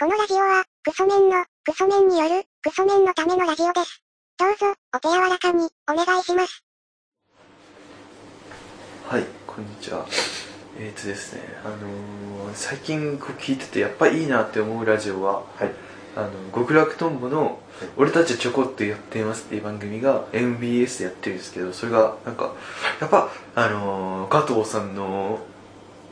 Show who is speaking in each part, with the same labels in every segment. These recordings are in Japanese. Speaker 1: このラジオは、クソメンの、クソメンによる、クソメンのためのラジオです。どうぞ、お手柔らかに、お願いします。
Speaker 2: はい、こんにちは。えー、とですね、あのー最近こう聞いてて、やっぱいいなって思うラジオは、
Speaker 3: はい。
Speaker 2: あの極楽とんぼの「俺たちちょこっとやってます」っていう番組が MBS でやってるんですけどそれがなんかやっぱあのー加藤さんの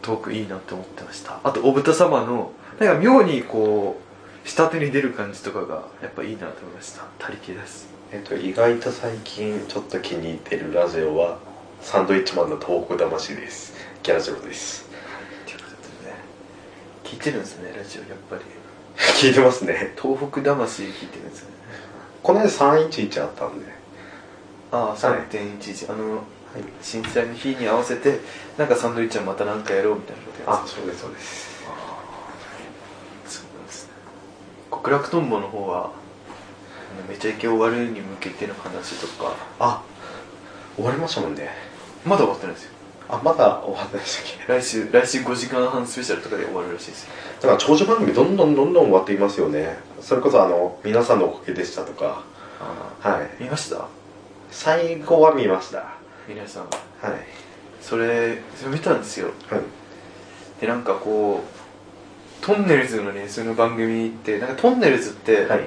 Speaker 2: トークいいなって思ってましたあとお豚様のなんか妙にこう下手に出る感じとかがやっぱいいなと思いました他力です
Speaker 3: えっと、意外と最近ちょっと気に入ってるラジオは、サンドイッチマンの東北魂です。ギャラジオです。
Speaker 2: ということでね聞いてるんですねラジオやっぱり
Speaker 3: 聞いてますね。
Speaker 2: 東北魂聞いてるんですよね
Speaker 3: この間311あったんで。
Speaker 2: ああ
Speaker 3: はい
Speaker 2: 3.11、あの
Speaker 3: い
Speaker 2: 震災の日に合わせてなんかサンドイッチはまたなんかやろうみたいなことやって
Speaker 3: あ、そうです、そうです。
Speaker 2: そうなんですね極楽とんぼの方はあのめちゃイケ終わるに向けての話とか
Speaker 3: あ、終わりましたもんね。
Speaker 2: まだ終わってないですよ
Speaker 3: あ、まだ終わってないでしたっ
Speaker 2: 来週来週5時間半スペシャルとかで終わるらしいですよ
Speaker 3: けだから長寿番組どんどんどんどん終わっていますよね。それこそあの、皆さんのおかげでしたとか。
Speaker 2: あ
Speaker 3: はい。
Speaker 2: 見ました
Speaker 3: 最後は見ました。は
Speaker 2: 皆さん
Speaker 3: い。はい。
Speaker 2: それそれ見たんですよでなんかこうトンネルズのねその番組ってなんかトンネルズって、
Speaker 3: はい。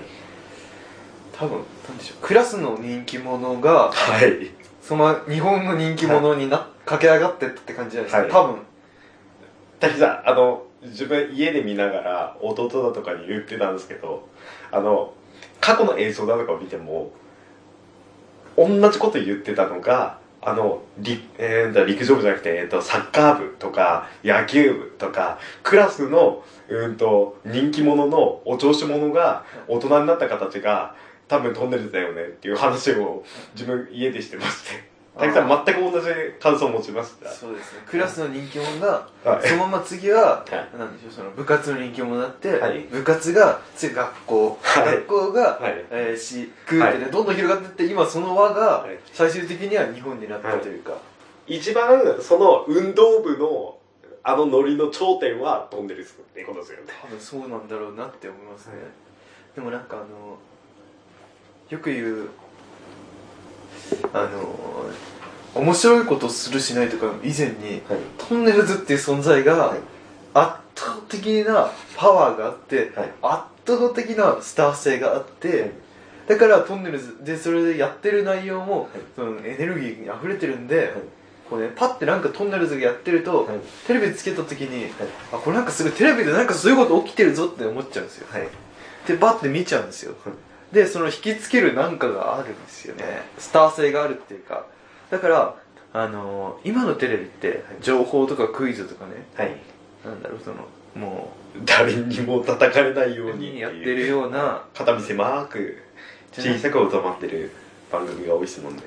Speaker 2: 多分なんでしょうクラスの人気者が
Speaker 3: はい。
Speaker 2: その日本の人気者にな、駆け上がってったって感じじゃないですか、
Speaker 3: は
Speaker 2: 多分
Speaker 3: だけどさあの自分家で見ながら弟だとかに言ってたんですけどあの過去の映像だとかを見ても同じこと言ってたのがあの、りえーと、陸上部じゃなくて、えーと、サッカー部とか、野球部とか、クラスの、うーんと、人気者のお調子者が、大人になった形が、多分トンネルズだよねっていう話を自分家でしてまして。たくさん全く同じ感想を持ちました。
Speaker 2: そうですねクラスの人気者が
Speaker 3: はい
Speaker 2: そのまま次は、
Speaker 3: は
Speaker 2: なんでしょうその部活の人気者になって、
Speaker 3: はい
Speaker 2: 部活が次学校、
Speaker 3: はい
Speaker 2: 学校が、
Speaker 3: はい
Speaker 2: えー市区ってね、
Speaker 3: は
Speaker 2: どんどん広がってって今その輪が
Speaker 3: はい
Speaker 2: 最終的には日本になったというか、
Speaker 3: 一番その運動部のあのノリの頂点はトンネルズってことですよね
Speaker 2: 多分そうなんだろうなって思いますね、
Speaker 3: はい
Speaker 2: でもなんかあのよく言うあの面白いことするしないとか以前に、
Speaker 3: はい
Speaker 2: トンネルズっていう存在が
Speaker 3: はい
Speaker 2: 圧倒的なパワーがあって、
Speaker 3: はい
Speaker 2: 圧倒的なスター性があって、
Speaker 3: はい
Speaker 2: だからトンネルズでそれでやってる内容も、
Speaker 3: い
Speaker 2: そのエネルギーにあふれてるんで、
Speaker 3: い
Speaker 2: こうね、パッてなんかトンネルズがやってると、
Speaker 3: はい
Speaker 2: テレビつけた時に、あこれなんかすごいテレビでなんかそういうこと起きてるぞって思っちゃうんですよ、
Speaker 3: はい
Speaker 2: でバッて見ちゃうんですよ、
Speaker 3: はい
Speaker 2: でその引きつけるなんかがあるんですよねスター性があるっていうかだからあのー今のテレビって情報とかクイズとかね
Speaker 3: はい
Speaker 2: なんだろうそのも
Speaker 3: 誰にも叩かれないうように
Speaker 2: やってるような
Speaker 3: 肩身狭く小さく収まってる番組が多いですもんね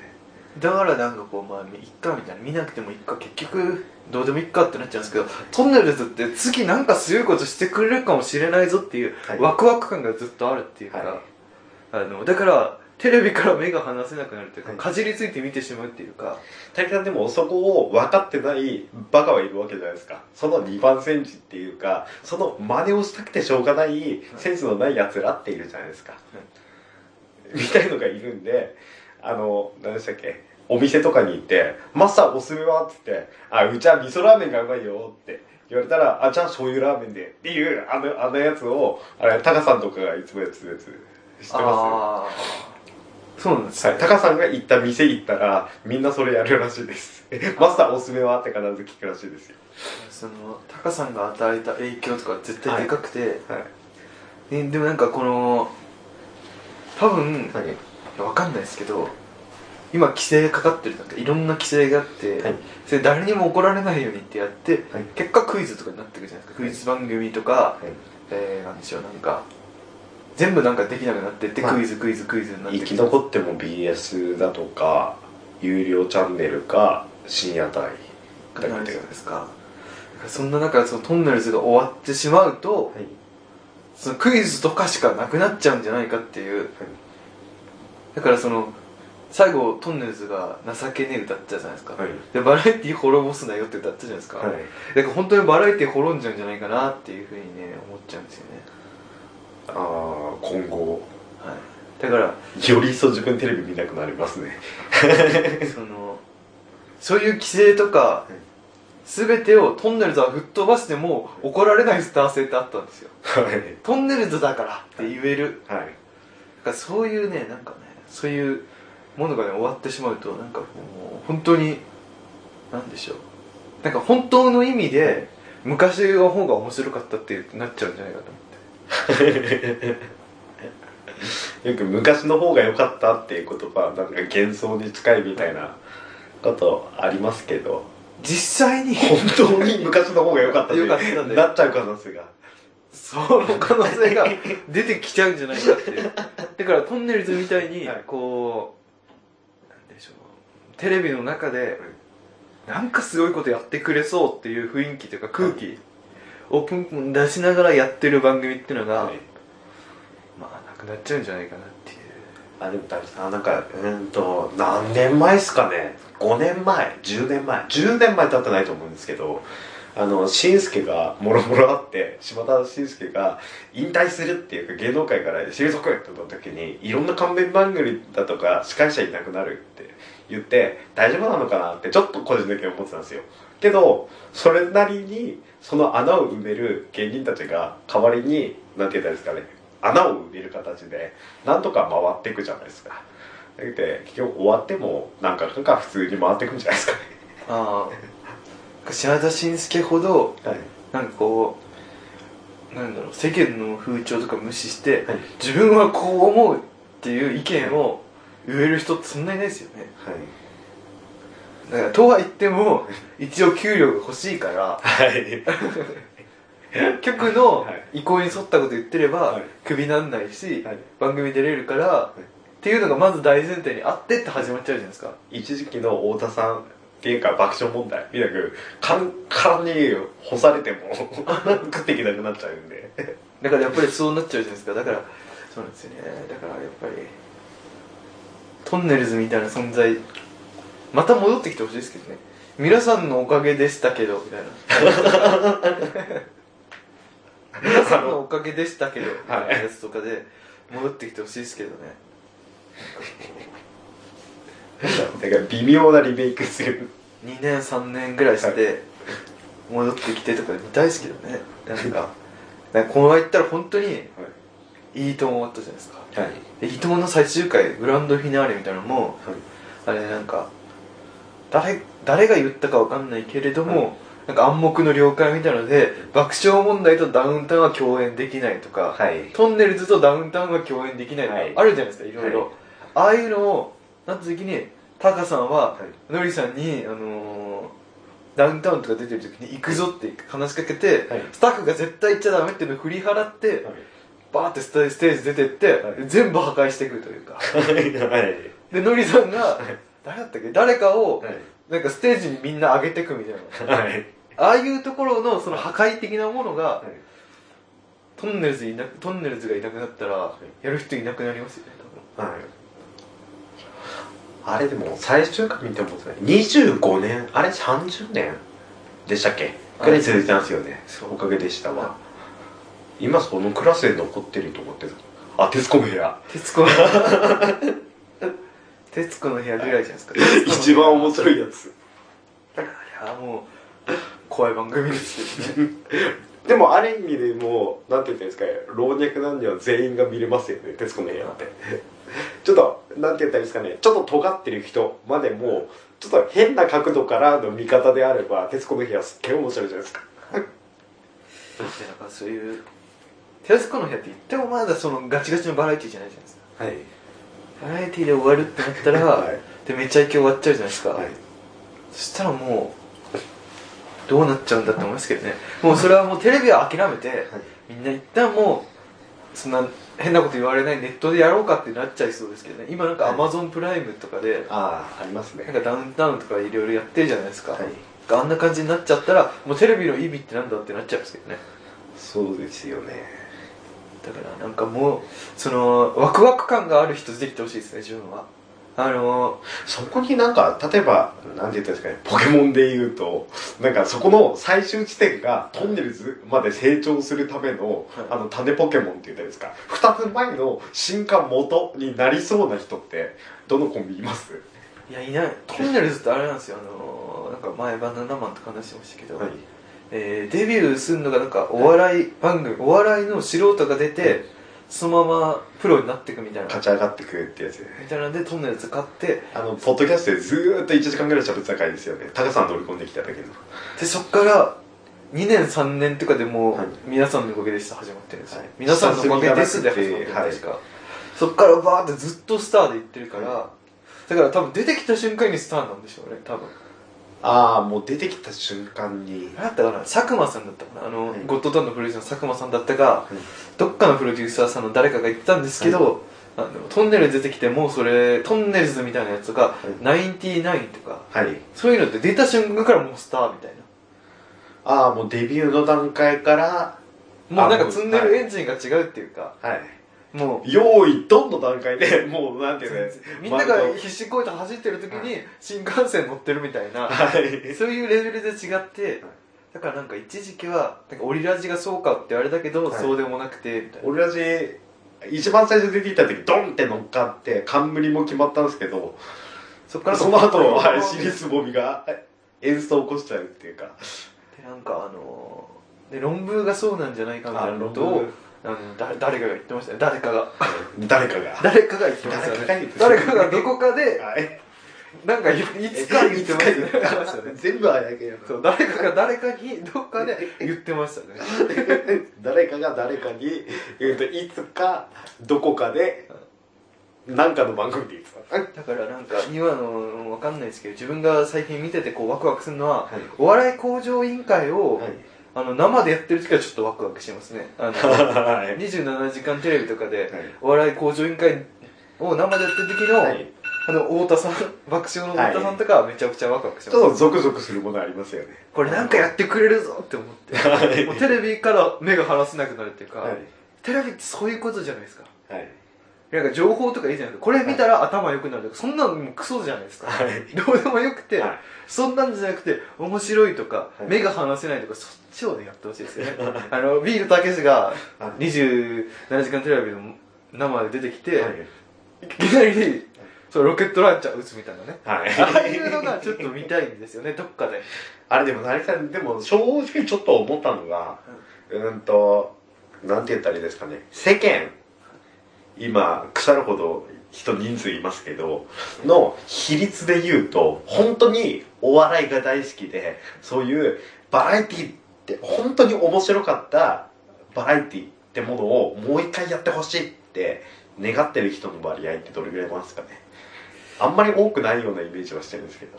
Speaker 2: だからなんかこうまあいっかみたいな見なくてもいっか結局どうでもいっかってなっちゃうんですけどトンネルズって次なんか強いことしてくれるかもしれないぞっていう
Speaker 3: はい
Speaker 2: ワクワク感がずっとあるっていうか、
Speaker 3: はい
Speaker 2: あのだからテレビから目が離せなくなるというか、
Speaker 3: はい
Speaker 2: かじりついて見てしまうっていうか
Speaker 3: 大さんでもそこを分かってないバカはいるわけじゃないですかその二番センチっていうかその真似をしたくてしょうがないセンスのないやつらっているじゃないですか、みたいのがいるんであの何でしたっけお店とかに行って「マスターおすすめは?」っつって「あうちは味噌ラーメンがうまいよ」って言われたら「あじゃあ醤油ラーメンで」っていうあのあのやつをあれタカさんとかがいつもやってるやつ知ってます
Speaker 2: ああそうなんですね、
Speaker 3: はい、タカさんが行った店行ったらみんなそれやるらしいですマスターおすすめはって必ず聞くらしいですよ
Speaker 2: そのタカさんが与えた影響とか絶対でかくて、
Speaker 3: はい
Speaker 2: ねでもなんかこの多分、
Speaker 3: はい
Speaker 2: いやわかんないですけど今規制かかってるなんかいろんな規制があって、
Speaker 3: はい
Speaker 2: それ誰にも怒られないようにってやって、
Speaker 3: はい
Speaker 2: 結果クイズとかになってくるじゃないですか、クイズ番組とか、えー、なんでしょうなんか全部なんかできなくなってって、
Speaker 3: はい
Speaker 2: クイズクイズクイズになって
Speaker 3: 生き残っても BS だとか有料チャンネルか深夜帯
Speaker 2: くな
Speaker 3: は
Speaker 2: る
Speaker 3: い
Speaker 2: じゃないですかだからそんな中そのトンネルズが終わってしまうと、そのクイズとかしかなくなっちゃうんじゃないかっていうだからその最後トンネルズが「情けねえ」歌っちゃうじゃないですか、
Speaker 3: はい
Speaker 2: でバラエティー滅ぼすなよって歌ったじゃないですか、
Speaker 3: はい
Speaker 2: だから本当にバラエティー滅んじゃうんじゃないかなっていうふうにね思っちゃうんですよね
Speaker 3: あー今後
Speaker 2: はい、だから
Speaker 3: より一層自分テレビ見なくなりますね
Speaker 2: そのそういう規制とか全てをトンネルズは吹っ飛ばしても怒られないスター性ってあったんですよ
Speaker 3: はい
Speaker 2: トンネルズだからって言える
Speaker 3: はい
Speaker 2: だからそういうねなんかねそういうものがね終わってしまうとなんかもう本当になんでしょうなんか本当の意味で昔の方が面白かったってなっちゃうんじゃないかと思って
Speaker 3: よく昔の方が良かったっていう言葉なんか幻想に近いみたいなことありますけど
Speaker 2: 実際に
Speaker 3: 本当に昔の方が良かった
Speaker 2: 良かったんだよ
Speaker 3: なっちゃう可能性が
Speaker 2: その可能性が 出てきちゃうんじゃないかっていうだからトンネルズみたいに
Speaker 3: はい
Speaker 2: こう、なんでしょうテレビの中でなんかすごいことやってくれそうっていう雰囲気というか空気をプンプン出しながらやってる番組っていうのが、
Speaker 3: はい
Speaker 2: まあなくなっちゃうんじゃないかなっていう
Speaker 3: あでもダビさんなんかうーんと何年前ですかね5年前10年前10年前経ってないと思うんですけどあの紳助がもろもろあって島田紳助が引退するっていうか芸能界から退くってなった時にいろんな冠番組だとか司会者いなくなるって言って大丈夫なのかなってちょっと個人的に思ってたんですよけどそれなりにその穴を埋める芸人たちが代わりになんて言ったらいいですかね穴を埋める形でなんとか回っていくじゃないですかだけど結局終わってもなんかなんか普通に回っていくんじゃないですかね
Speaker 2: ああ島田紳介ほど
Speaker 3: はい
Speaker 2: なんかこうなんだろう世間の風潮とか無視して、
Speaker 3: はい
Speaker 2: 自分はこう思うっていう意見を言える人ってそんなにないですよねだからとは言っても一応給料が欲しいから
Speaker 3: はい
Speaker 2: 結局の
Speaker 3: はい
Speaker 2: 意向に沿ったこと言ってれば、
Speaker 3: はい
Speaker 2: クビなんないし、
Speaker 3: はい
Speaker 2: 番組出れるから、
Speaker 3: い
Speaker 2: っていうのがまず大前提にあってって始まっちゃうじゃないですか
Speaker 3: 一時期の太田さんっていうか爆笑問題みたくカンカンに干されても 食っていけなくなっちゃうんで
Speaker 2: だからやっぱりそうなっちゃうじゃないですかだからそうなんですよねだからやっぱりトンネルズみたいな存在また戻ってきてほしいですけどね皆さんのおかげでしたけどみたいな皆さんのおかげでしたけどみたいなやつとかで戻ってきてほしいですけどね
Speaker 3: だから微妙なリメイクする
Speaker 2: 2年3年ぐらいして戻ってきてとか見たいですけどねなんかなんかこの前行ったら本当にいいと思ったじゃないですか
Speaker 3: はい
Speaker 2: で伊藤の最終回グランドフィナーレみたいなのもあれなんか誰誰が言ったかわかんないけれども、なんか暗黙の了解みたいなので爆笑問題とダウンタウンは共演できないとか、
Speaker 3: はい
Speaker 2: トンネルズとダウンタウンは共演できないとか、
Speaker 3: はい
Speaker 2: あるじゃないですかいろいろ、
Speaker 3: はい
Speaker 2: ああいうのをなった時にタカさんは、
Speaker 3: はい
Speaker 2: ノリさんにあのーダウンタウンとか出てる時に行くぞって話しかけて、
Speaker 3: はい
Speaker 2: スタッフが絶対行っちゃダメっていうのを振り払って、バーってステステージ出てって、
Speaker 3: はい
Speaker 2: 全部破壊していくというか
Speaker 3: はいはい
Speaker 2: でノリさんが
Speaker 3: い
Speaker 2: 誰だったっけ誰かを
Speaker 3: はい
Speaker 2: なんかステージにみんな上げてくみたいな
Speaker 3: はい
Speaker 2: ああいうところのその破壊的なものが
Speaker 3: はい
Speaker 2: トンネルズいなくトンネルズがいなくなったら
Speaker 3: い
Speaker 2: やる人いなくなりますよね
Speaker 3: はい。あれでも最終回見てもですね、25年、あれ30年でしたっけくらい続いたんですよね。
Speaker 2: そう
Speaker 3: おかげでしたわ。今そのクラスで残ってると思ってた。あ、徹子の部屋。
Speaker 2: 徹子の徹子の部屋ぐらいじゃないですか
Speaker 3: 一番面白いやつ。
Speaker 2: いやもう怖い番組 ですよね
Speaker 3: でもある意味でもう、なんて言ったらいいんですかね、老若男女全員が見れますよね、徹子の部屋って。 ちょっと、なんて言ったらいいんですかね、ちょっと尖ってる人までも、ちょっと変な角度からの見方であれば、徹子の部屋すっげえ面白いじゃないですか。
Speaker 2: なんかそういう徹子の部屋って言ってもまだそのガチガチのバラエティじゃないじゃないですか
Speaker 3: はい。
Speaker 2: バラエティで終わるってなったら、
Speaker 3: はい
Speaker 2: でめちゃイケ終わっちゃうじゃないですか、
Speaker 3: はい。
Speaker 2: そしたらもうどうなっちゃうんだって思いますけどねもうそれはもうテレビは諦めて、みんな一旦もうそんな変なこと言われないネットでやろうかってなっちゃいそうですけどね今なんか
Speaker 3: は
Speaker 2: ア
Speaker 3: い
Speaker 2: マゾンプライムとかで
Speaker 3: ああ、ありますね
Speaker 2: なん。かダウンタウンとかいろいろやってるじゃないですか、
Speaker 3: はい
Speaker 2: あんな感じになっちゃったらもうテレビの意味ってなんだってなっちゃいますけどね
Speaker 3: そうですよね。
Speaker 2: だからなんかもうそのワクワク感がある人出てきてほしいですね自分はあの
Speaker 3: そこになんか、例えば、なんて言ったらいいんですかね、ポケモンで言うと、なんかそこの最終地点がトンネルズまで成長するための、
Speaker 2: はい
Speaker 3: あの、種ポケモンって言ったらいいですか、二つ前の進化元になりそうな人って、どのコンビいます
Speaker 2: いやいないトンネルズってあれなんですよあのなんか前バナナマンとか話してましたけど、
Speaker 3: はい。
Speaker 2: えーデビューするのがなんかお笑い番組、お笑いの素人が出てそのままプロになっていくみたいな
Speaker 3: 勝ち上がってくってやつでね。
Speaker 2: みたいなんでトンネルズ買って
Speaker 3: あの、ポッドキャストでずーっと1時間ぐらい喋ってた回ですよね。タカさん乗り込んできただけど。
Speaker 2: でそっから2年3年とかでもう
Speaker 3: はい
Speaker 2: 皆さんのおかげです」始まってるんですよ、
Speaker 3: はい
Speaker 2: 皆さんのおかげです」で始まってるんですか、そっからバーってずっとスターでいってるから、だから多分出てきた瞬間にスターなんでしょうね多分
Speaker 3: ああ、もう出てきた瞬間に。
Speaker 2: 何だったかな佐久間さんだったかなあの、
Speaker 3: はい
Speaker 2: ゴッドタンのプロデューサーの佐久間さんだったか、
Speaker 3: い
Speaker 2: どっかのプロデューサーさんの誰かが言ってたんですけど、あのトンネルズ出てきてもうそれトンネルズみたいなやつとか、
Speaker 3: い
Speaker 2: ナインティナインとか
Speaker 3: はい。
Speaker 2: そういうのって出た瞬間からもうスターみたいな
Speaker 3: ああ、もうデビューの段階から、
Speaker 2: もうなんか
Speaker 3: あ
Speaker 2: 積んでる
Speaker 3: はい
Speaker 2: エンジンが違うっていうか、
Speaker 3: はい。
Speaker 2: もう
Speaker 3: 用意ドンの段階で、もうなんていうね。
Speaker 2: みんなが
Speaker 3: 丸
Speaker 2: 必死こいて走ってる時
Speaker 3: は
Speaker 2: に新幹線乗ってるみたいな、
Speaker 3: はい。
Speaker 2: そういうレベルで違って、だからなんか一時期はなんかオリラジがそうかってあれだけど、
Speaker 3: はい
Speaker 2: そうでもなくてみたいな
Speaker 3: 俺たち、一番最初出てきた時、ドンって乗っかって、冠も決まったんですけど、
Speaker 2: そっから
Speaker 3: その後、はい、
Speaker 2: シ
Speaker 3: 尻すぼみが、演奏を起こしちゃうっていうか、
Speaker 2: でなんかあのーで論文がそうなんじゃないかみたいなことをあのだ誰かが言ってましたね誰かが
Speaker 3: 誰かが。
Speaker 2: 誰かが言ってました
Speaker 3: 誰かが言
Speaker 2: ね
Speaker 3: ってました
Speaker 2: 誰かがどこかで
Speaker 3: はい。
Speaker 2: なんかいいつか言ってま
Speaker 3: いつか言ってま
Speaker 2: し
Speaker 3: したた
Speaker 2: ね
Speaker 3: ね全部あやけやな
Speaker 2: そう誰かが誰かにどっかで言ってましたね
Speaker 3: 誰かが誰かに、えっと、いつか、どこかで、なんかの番組で言ってた。
Speaker 2: だからなんか今のわかんないですけど自分が最近見ててこうワクワクするのは
Speaker 3: はい。
Speaker 2: お笑い向上委員会を、
Speaker 3: はい。
Speaker 2: あの生でやってる時はちょっとワクワクしますねあの
Speaker 3: はい。
Speaker 2: 27時間テレビとかでお笑い向上委員会を生でやってる時の、
Speaker 3: はい。
Speaker 2: あの太田さん爆笑の太田さんとかはめちゃくちゃワクワクし
Speaker 3: ち
Speaker 2: ます、
Speaker 3: ょっとゾクゾクするものありますよね。
Speaker 2: これなんかやってくれるぞって思って
Speaker 3: はい
Speaker 2: もうテレビから目が離せなくなるっていうか、
Speaker 3: はい。
Speaker 2: テレビってそういうことじゃないですか
Speaker 3: はい。
Speaker 2: なんか情報とかいいじゃないですかこれ見たら頭良くなるとかそんなのもうクソじゃないですか、
Speaker 3: はい。
Speaker 2: どうでもよくて、
Speaker 3: はい
Speaker 2: そんなんじゃなくて面白いとか、
Speaker 3: はい
Speaker 2: 目が離せないとかそっちをねやってほしいですよね あのビールたけしが
Speaker 3: はい
Speaker 2: 27時間テレビの生で出てきて、
Speaker 3: はい
Speaker 2: い、きなりそうロケットランチャー撃つみたいなねああいうの
Speaker 3: はい。
Speaker 2: がちょっと見たいんですよねどっかで
Speaker 3: あれでも、成さん、でも正直ちょっと思ったのが、うーんと、なんて言ったらいいですかね。世間、今、腐るほど人人数いますけど、の比率で言うと、本当にお笑いが大好きで、そういうバラエティって本当に面白かったバラエティってものをもう一回やってほしいって願ってる人の割合ってどれぐらいいますかね。あんまり多くないようなイメージはしてるんですけど。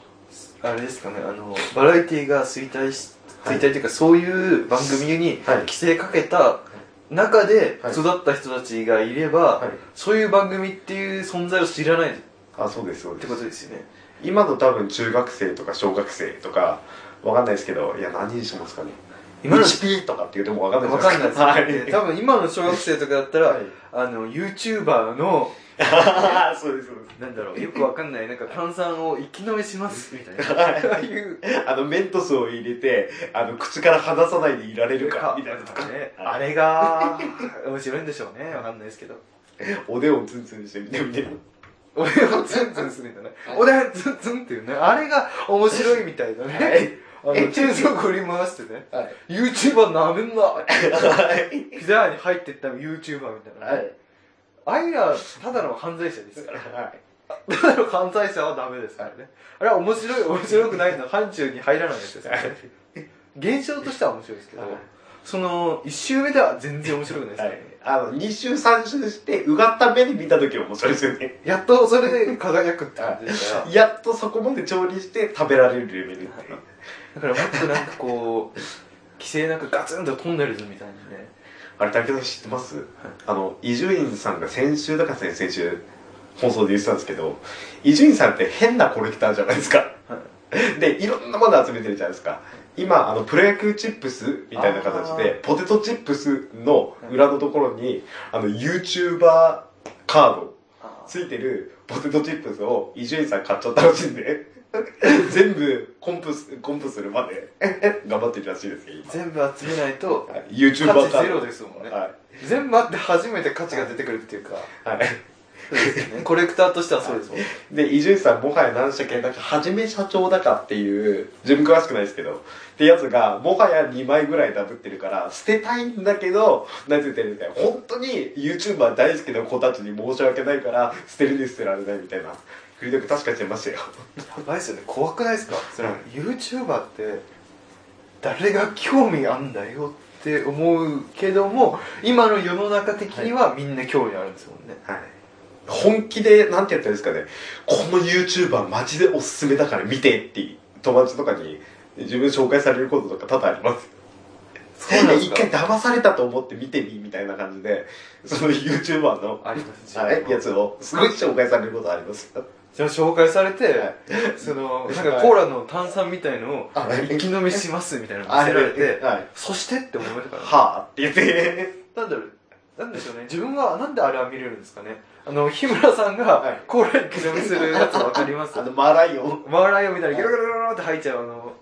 Speaker 2: あれですかねあのバラエティが衰退し
Speaker 3: はい
Speaker 2: 衰退というか、そういう番組に
Speaker 3: はい
Speaker 2: 規制かけた中で
Speaker 3: はい
Speaker 2: 育った人たちがいれば、
Speaker 3: はい
Speaker 2: そういう番組っていう存在を知らないっ
Speaker 3: あ、そうです、そうです。
Speaker 2: てことですよね
Speaker 3: 今の多分中学生とか小学生とかわかんないですけどいや何にしますかね
Speaker 2: 今の
Speaker 3: 1P とかって言うてもわかんない
Speaker 2: わかんないですよ、ね、
Speaker 3: はい
Speaker 2: 多分今の小学生とかだったら、
Speaker 3: はい
Speaker 2: あの YouTuber の
Speaker 3: あーそうですそうで
Speaker 2: なんだろうよくわかんないなんか炭酸を生き飲みしますみたいな
Speaker 3: はい
Speaker 2: ああいう
Speaker 3: すあのメントスを入れてあの口から離さないでいられるかみたいなとか
Speaker 2: ね
Speaker 3: は
Speaker 2: あ
Speaker 3: い
Speaker 2: れが面白いんでしょうねわかんないですけど
Speaker 3: おでんをツンツンしてみてみて
Speaker 2: 俺をツンツンするみたいな俺はツンツンっていうねあれが面白いみたいだねあの
Speaker 3: え
Speaker 2: チェーンソー振り回してね
Speaker 3: はい
Speaker 2: YouTuber なめんな
Speaker 3: はい
Speaker 2: ピザ屋に入ってった YouTuber みたいな、
Speaker 3: はい
Speaker 2: あいらただの犯罪者ですから
Speaker 3: はい
Speaker 2: ただの犯罪者はダメですからね。あれは面白い、面白くないのは範疇に入らないですよ。それ
Speaker 3: はい
Speaker 2: 現象としては面白いですけど
Speaker 3: はい、
Speaker 2: その、一周目では全然面白くないです
Speaker 3: は
Speaker 2: から
Speaker 3: い
Speaker 2: ね。
Speaker 3: あの2週3週してうがった目で見た時は面白いですよね
Speaker 2: やっとそれで輝くって感じですから。
Speaker 3: やっとそこまで調理して食べられるレベルっていう
Speaker 2: だからもっとなんかこう、規制なんかガツンとトンネルズみたいにね。
Speaker 3: あれ、竹田さん知ってます、あの、伊集院さんが先週だから先々週、放送で言ってたんですけど、伊集院さんって変なコレクターじゃないですか。
Speaker 2: は
Speaker 3: で、いろんなもの集めてるじゃないですか。今、あの、プロ野球チップスみたいな形で、ポテトチップスの裏のところに、あの、YouTuber カード、ついてるポテトチップスを伊集院さん買っちゃったらしいんで全部コンプすコンプするまで頑張ってるらしいですよ今
Speaker 2: 全部集めないと
Speaker 3: はい YouTuber
Speaker 2: 価値
Speaker 3: 化
Speaker 2: ゼロですもんね
Speaker 3: はい
Speaker 2: 全部あって初めて価値が出てくるっていうか
Speaker 3: はい
Speaker 2: そうですよねコレクターとしてはそうですもんね
Speaker 3: で伊集院さんもはや何でしたっけなんかはじめ社長だかっていう自分詳しくないですけどってやつがもはや2枚ぐらいダブってるから捨てたいんだけどなんて言ってるみたいな本当に YouTuber 大好きな子たちに申し訳ないから捨てるに捨てられないみたいなフリードク確かにしてましたよ
Speaker 2: やばいですよね怖くないですかそれ
Speaker 3: はい
Speaker 2: YouTuber って誰が興味あんだよって思うけども今の世の中的にはみんな興味あるんですもんね、
Speaker 3: はい本気でなんて言ったらいいですかねこの YouTuber マジでおすすめだから見てって友達とかに自分紹介されることとか多々あります
Speaker 2: そうなんです
Speaker 3: 一
Speaker 2: か
Speaker 3: 回騙されたと思って見てみみたいな感じでその YouTuber の
Speaker 2: あります
Speaker 3: あれやつをすごい紹介されることありますよ
Speaker 2: それ紹介されて、
Speaker 3: はい
Speaker 2: そのなんかコーラの炭酸みたいのを
Speaker 3: あはい
Speaker 2: 一気飲みしますみたいなの見せられて
Speaker 3: はい
Speaker 2: そしてって思いましたから、ね、
Speaker 3: はあって言 って
Speaker 2: なんだろうなんでしょうね自分はなんであれは見れるんですかねあの日村さん
Speaker 3: は
Speaker 2: が
Speaker 3: い
Speaker 2: コーラに気飲みするやつわかります
Speaker 3: あのマーライオン
Speaker 2: マーライオンみたいにギロギロギロギロって吐いちゃうあの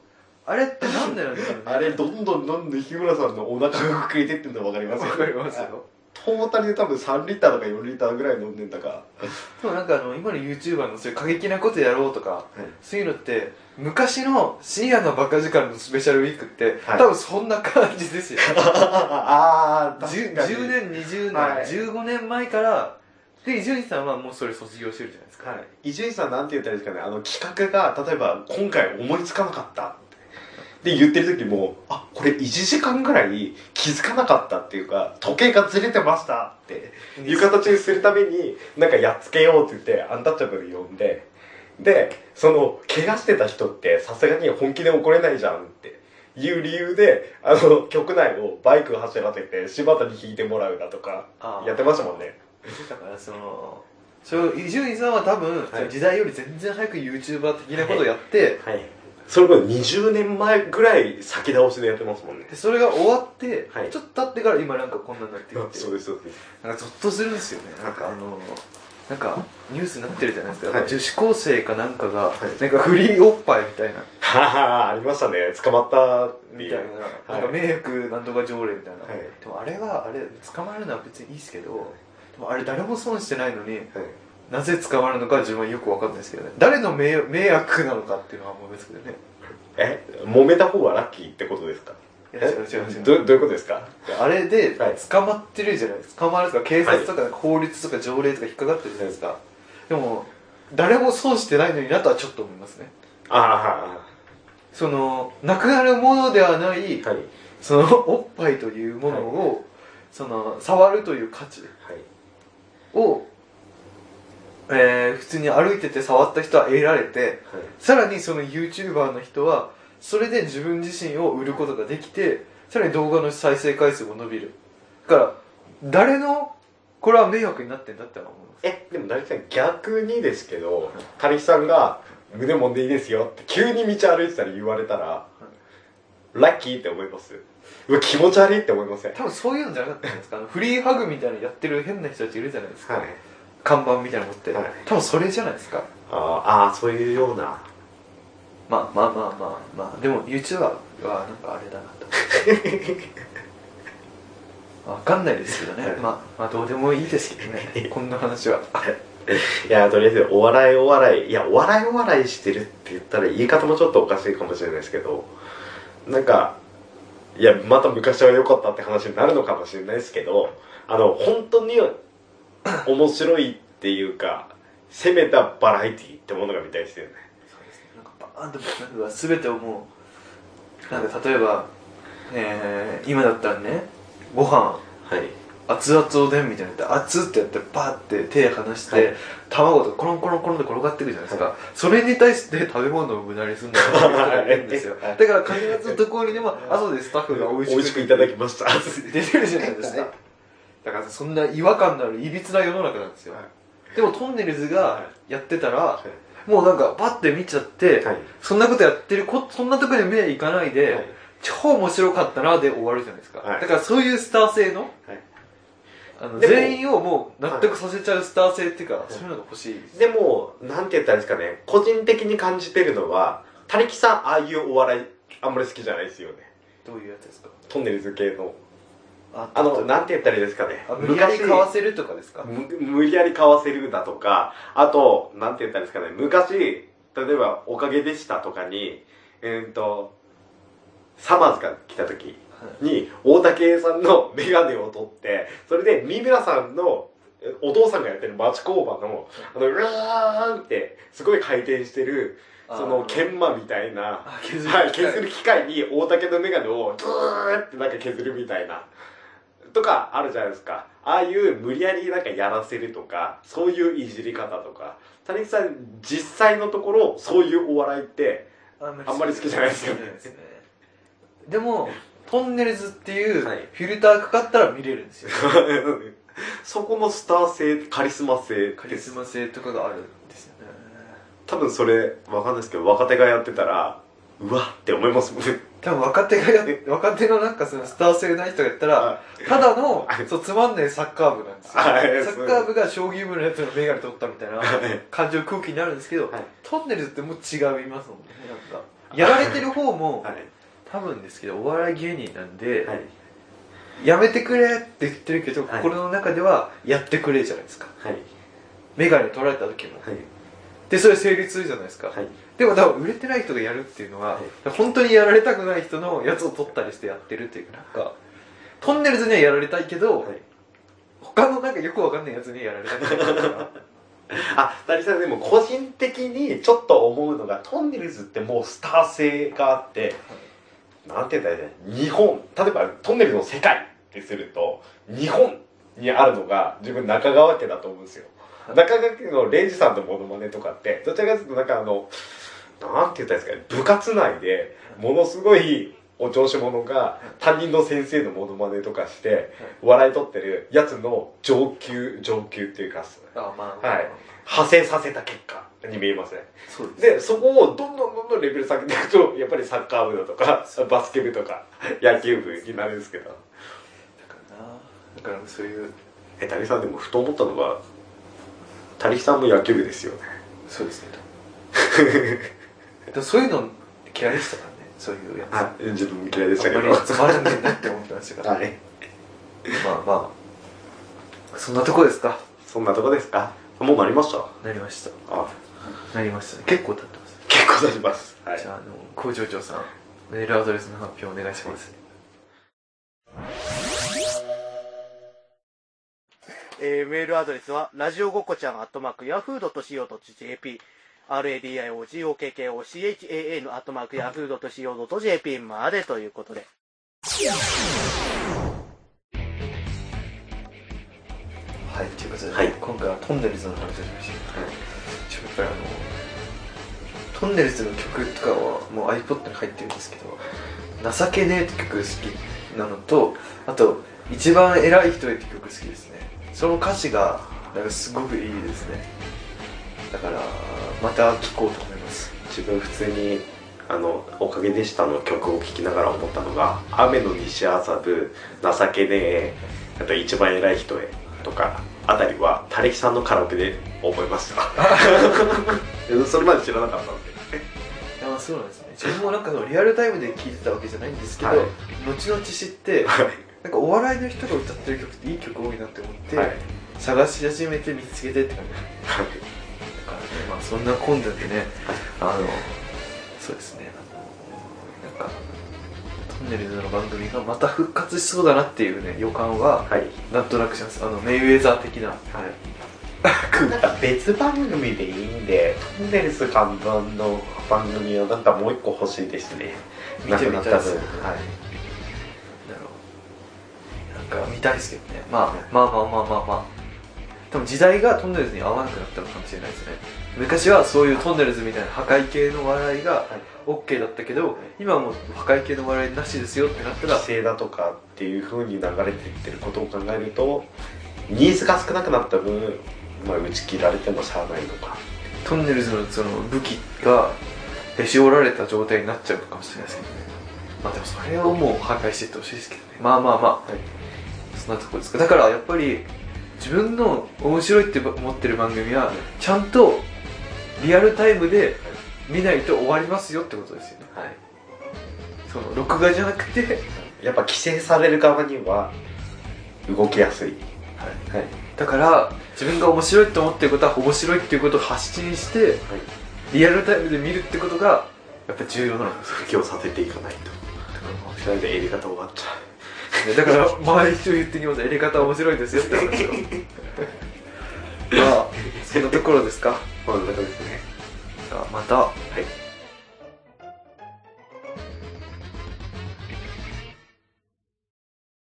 Speaker 2: あれってなんでなんですかね
Speaker 3: あれどんどんどんどん日村さんのお腹が膨れてってんの分かります
Speaker 2: わかりますよ
Speaker 3: トータルで多分3リッターとか4リッターぐらい飲んでんだか
Speaker 2: でもなんかあの今の YouTuber のそういう過激なことやろうとか、
Speaker 3: い
Speaker 2: そういうのって昔の深夜のバカ時間のスペシャルウィークって、
Speaker 3: はい
Speaker 2: 多分そんな感じですよ
Speaker 3: ああ
Speaker 2: 10,
Speaker 3: 十
Speaker 2: 年20年、
Speaker 3: はい
Speaker 2: 15年前からで伊集院さんはもうそれ卒業してるじゃないですか、
Speaker 3: はい伊集院さんなんて言ったらいいですかねあの企画が例えば今回思いつかなかったってで言ってる時もあこれ1時間ぐらい気づかなかったっていうか時計がずれてましたっていう形にするためになんかやっつけようって言ってアンタッチャブル呼んででその怪我してた人ってさすがに本気で怒れないじゃんっていう理由であの局内をバイク走らせて柴田に引いてもらうだとか
Speaker 2: あー
Speaker 3: やってましたもんね
Speaker 2: だからそのそれを伊集院さんは多分、
Speaker 3: はい
Speaker 2: 時代より全然早く YouTuber 的なことをやって、
Speaker 3: はい。それこそ20年前ぐらい先倒しでやってますもんね。
Speaker 2: でそれが終わって、
Speaker 3: はい
Speaker 2: ちょっと経ってから今なんかこんなになってきて
Speaker 3: そうです、そうです。
Speaker 2: なんかゾッとするんですよねなんかあのなんかニュースになってるじゃないですか、
Speaker 3: はい
Speaker 2: 女子高生かなんかが、
Speaker 3: はい
Speaker 2: なんかフリーおっぱいみたいな
Speaker 3: ははありましたね。捕まったって
Speaker 2: み
Speaker 3: い
Speaker 2: たいな
Speaker 3: う。、
Speaker 2: なんか迷惑なんとか条例みたいな、
Speaker 3: はい
Speaker 2: でもあれはあれ捕まるのは別にいいですけどでもあれ誰も損してないのになぜ捕まるのか自分はよく分かんないですけどね誰の迷迷惑なのかっていうのは思いますけどね
Speaker 3: え、揉めた方がラッキーってことですか
Speaker 2: いや違う違う違う
Speaker 3: どどういうことですか
Speaker 2: あれで
Speaker 3: はい
Speaker 2: 捕まってるじゃないですか捕まるとか警察とか法律とか条例とか引っかかってるじゃないですか、でも誰も損してないのになとはちょっと思いますね
Speaker 3: ああ
Speaker 2: そのなくなるものではない、
Speaker 3: はい。はい。
Speaker 2: そのおっぱいというものを、その触るという価値を、えー普通に歩いてて触った人は得られてさらにその YouTuber の人はそれで自分自身を売ることができてさらに動画の再生回数も伸びるだから誰のこれは迷惑になってんだって思います
Speaker 3: え、でも大体逆にですけど、タリキさんが胸もんでいいですよって急に道歩いてたら言われたら、ラッキーって思いますうわ、気持ち悪いって思いませんはい。
Speaker 2: 多分そういうのじゃなかったんですかあのフリーハグみたいなのやってる変な人たちいるじゃないですか、看板みたいなの持って、
Speaker 3: はい
Speaker 2: 多分それじゃないですか
Speaker 3: ああ、そういうような。
Speaker 2: まあまあまあまあまあでも YouTuber はなんかあれだな とわかんないですけどね、
Speaker 3: はい
Speaker 2: まあまあどうでもいいですけど ねこんな話はい
Speaker 3: やとりあえずお笑いお笑いいやお笑いお笑いしてるって言ったら言い方もちょっとおかしいかもしれないですけどなんかいやまた昔は良かったって話になるのかもしれないですけどあの本当に 面白いっていうか攻めたバラエティってものが見たいですよね
Speaker 2: そうですねなんかバーンとなんか全てをもうなんか例えば、えー今だったらねご飯
Speaker 3: はい
Speaker 2: 熱々おでんみたいなのやって熱ってやってバーって手離して、
Speaker 3: はい
Speaker 2: 卵とコロンコロンコロンと転がっていくじゃないですか、それに対して食べ物を無駄にするんだなっていう人がい るんですよ
Speaker 3: はい
Speaker 2: だから必ずどこにでも後でスタッフが美味しく
Speaker 3: 美味しくいただきました
Speaker 2: 出てるじゃないです
Speaker 3: は
Speaker 2: か
Speaker 3: い
Speaker 2: だからそんな違和感のあるいびつな世の中なんですよ、
Speaker 3: は
Speaker 2: でもトンネルズ
Speaker 3: は
Speaker 2: がやってたら、もうなんかバッて見ちゃって、
Speaker 3: はい
Speaker 2: そんなことやってるこそんなとこに目いかないで、
Speaker 3: はい
Speaker 2: 超面白かったなで終わるじゃないですか、
Speaker 3: はい
Speaker 2: だからそういうスター性のあの
Speaker 3: でも
Speaker 2: 全員をもう納得させちゃうスター性っていうか、
Speaker 3: い
Speaker 2: そういうのが欲しいです
Speaker 3: でも、なんて言ったらいいですかね、個人的に感じてるのは、たりきさん、ああいうお笑い、あんまり好きじゃないですよね。
Speaker 2: どういうやつですか
Speaker 3: トンネルズ系の。
Speaker 2: あ
Speaker 3: あの、
Speaker 2: と
Speaker 3: なんて言ったらいいですかね
Speaker 2: あ。無理やり
Speaker 3: 昔
Speaker 2: 買わせるとかですか
Speaker 3: む無理やり買わせるだとか、あと、なんて言ったらいいですかね、昔、例えば、おかげでしたとかに、えー、と、サマーズが来た時に、大竹さんのメガネを取って、それで、三村さんの、えお父さんがやってる町工場の、あの、うわーって、すごい回転してる、その、研磨みたいな、
Speaker 2: あ削る
Speaker 3: はい、削る機械に大竹のメガネをズーってなんか削るみたいなとかあるじゃないですかああいう無理やりなんかやらせるとかそういういじり方とか谷口さん実際のところそういうお笑いって
Speaker 2: あん
Speaker 3: あんまり好きじゃないですよね
Speaker 2: ねでもトンネルズっていう
Speaker 3: はい
Speaker 2: フィルターかかったら見れるんですよ、
Speaker 3: そこのスター性カリスマ性
Speaker 2: カリスマ性とかがあるんですよね
Speaker 3: 多分それわかんないですけど若手がやってたらうわって思いますもんね
Speaker 2: 多分若手がや若手のなんかそのスター性ない人がやったらただの
Speaker 3: はい
Speaker 2: そうつまんないサッカー部なんですよサ
Speaker 3: はい
Speaker 2: ッカー部が将棋部のやつのメガネ取ったみたいな感じの空気になるんですけど、
Speaker 3: はい
Speaker 2: トンネルズってもう違いますもんねなんかやられてる方も、
Speaker 3: はい
Speaker 2: 多分ですけどお笑い芸人なんで、
Speaker 3: はい
Speaker 2: やめてくれって言ってるけど、
Speaker 3: はい
Speaker 2: 心の中ではやってくれじゃないですか
Speaker 3: はい
Speaker 2: メガネ取られた時も
Speaker 3: はい
Speaker 2: でそれ成立するじゃないですか、
Speaker 3: はい
Speaker 2: でも多分売れてない人がやるっていうのは、本当にやられたくない人のやつを取ったりしてやってるっていうかなんかトンネルズにはやられたいけど、
Speaker 3: はい
Speaker 2: 他のなんかよくわかんないやつにはやられたくないから
Speaker 3: あ、成さんでも個人的にちょっと思うのが、トンネルズってもうスター性があって、なんて言ったらいいんだろう日本、例えばトンネルズの世界ってすると、日本にあるのが自分中川家だと思うんですよ。中川家のレイジさんのモノマネとかって、どちらかというとなんかあの、なんて言ったらいいんですかね、部活内でものすごいお調子者が担任の先生のモノマネとかして、笑い取ってるやつの上級、上級っていうか、
Speaker 2: あま
Speaker 3: はい派生させた結果に見えますね。
Speaker 2: そうです
Speaker 3: で、そこをどんどんどんどんレベル下げていくと、 やっぱりサッカー部だとか、 バスケ部とか、野球部になるんですけど。
Speaker 2: だからなだからそういう
Speaker 3: え、谷さんでもふと思ったのは、谷さんも野球部ですよ ね。
Speaker 2: そうですねでもそういうの嫌いでしたからねそういうやつ
Speaker 3: はい。自分も嫌いでしたけ
Speaker 2: あ
Speaker 3: ど。
Speaker 2: んまりつまらねえなって思ってましたから、
Speaker 3: はい。
Speaker 2: まあまあそんなとこですか
Speaker 3: そんなとこですかもうなりました
Speaker 2: なりました
Speaker 3: あ、
Speaker 2: なりましたね結構経ってます、
Speaker 3: 結構なります。はい
Speaker 2: じゃああの工場長さんメールアドレスの発表お願いします
Speaker 4: えーメールアドレスは、ラジオごこちゃん、アットマーク、ヤフー .co.jp、radiogokochaa のアットマーク、ヤフー .co.jp までということで。
Speaker 2: はいということで、
Speaker 3: はい
Speaker 2: 今回はトンネルズの話をしました、ちょっとやっぱりあのトンネルズの曲とかはもう iPod に入ってるんですけど「情けねえ」って曲好きなのとあと「一番偉い人へ」って曲好きですねその歌詞がなんかすごくいいですねだからまた聴こうと思います
Speaker 3: 自分普通にあの「おかげでした」の曲を聴きながら思ったのが「雨の西麻布」「情けねえ」あと「一番偉い人へ」とかあたりはたれきさんのカラオケで覚えました それまで知らなかったので
Speaker 2: いやまあそうなんですね自分もなんかそのリアルタイムで聴いてたわけじゃないんですけど、
Speaker 3: はい
Speaker 2: 後々知って
Speaker 3: は
Speaker 2: なんかお笑いの人が歌ってる曲っていい曲多いなって思って、
Speaker 3: いはい
Speaker 2: 探し始めて見つけてって感じだからねまあそんな今度でねあのそうですねあのなんかトンネルズの番組がまた復活しそうだなっていうね予感は
Speaker 3: はい
Speaker 2: なんとなくしますあのメイウェザー的な
Speaker 3: はいなんか別番組でいいんでトンネルズ看板の番組をなんかもう一個欲しいですね
Speaker 2: 見てみたいです
Speaker 3: なくなった分はい
Speaker 2: だろうなんか見たいですけどね、まあ、まあまあまあまあまあ多分時代がトンネルズに合わなくなったのかもしれないですね昔はそういうトンネルズみたいな破壊系の笑いが OK だったけど今はもう破壊系の笑いなしですよってなったら
Speaker 3: 規制だとかっていう風に流れていってることを考えるとニーズが少なくなった分、まあ、打ち切られてもしゃあないのか
Speaker 2: トンネルズのその武器がへし折られた状態になっちゃうかもしれないですけどねまあでもそれをもう破壊していってほしいですけどねまあまあまあ、
Speaker 3: はい
Speaker 2: そんなとこですかだからやっぱり自分の面白いって思ってる番組はちゃんとリアルタイムで見ないと終わりますよってことですよね
Speaker 3: はい
Speaker 2: その録画じゃなくて、
Speaker 3: やっぱ規制される側には動きやすい、はい
Speaker 2: だから自分が面白いと思ってることは面白いっていうことを発信して、リアルタイムで見るってことがやっぱ重要なのです
Speaker 3: 布教させていかないとそれでやり方終わっちゃ
Speaker 2: ねだから毎週言ってきますやり方面白いですよって話をまあそんなところですか
Speaker 3: うそういうことですね
Speaker 2: じゃあまた
Speaker 3: はい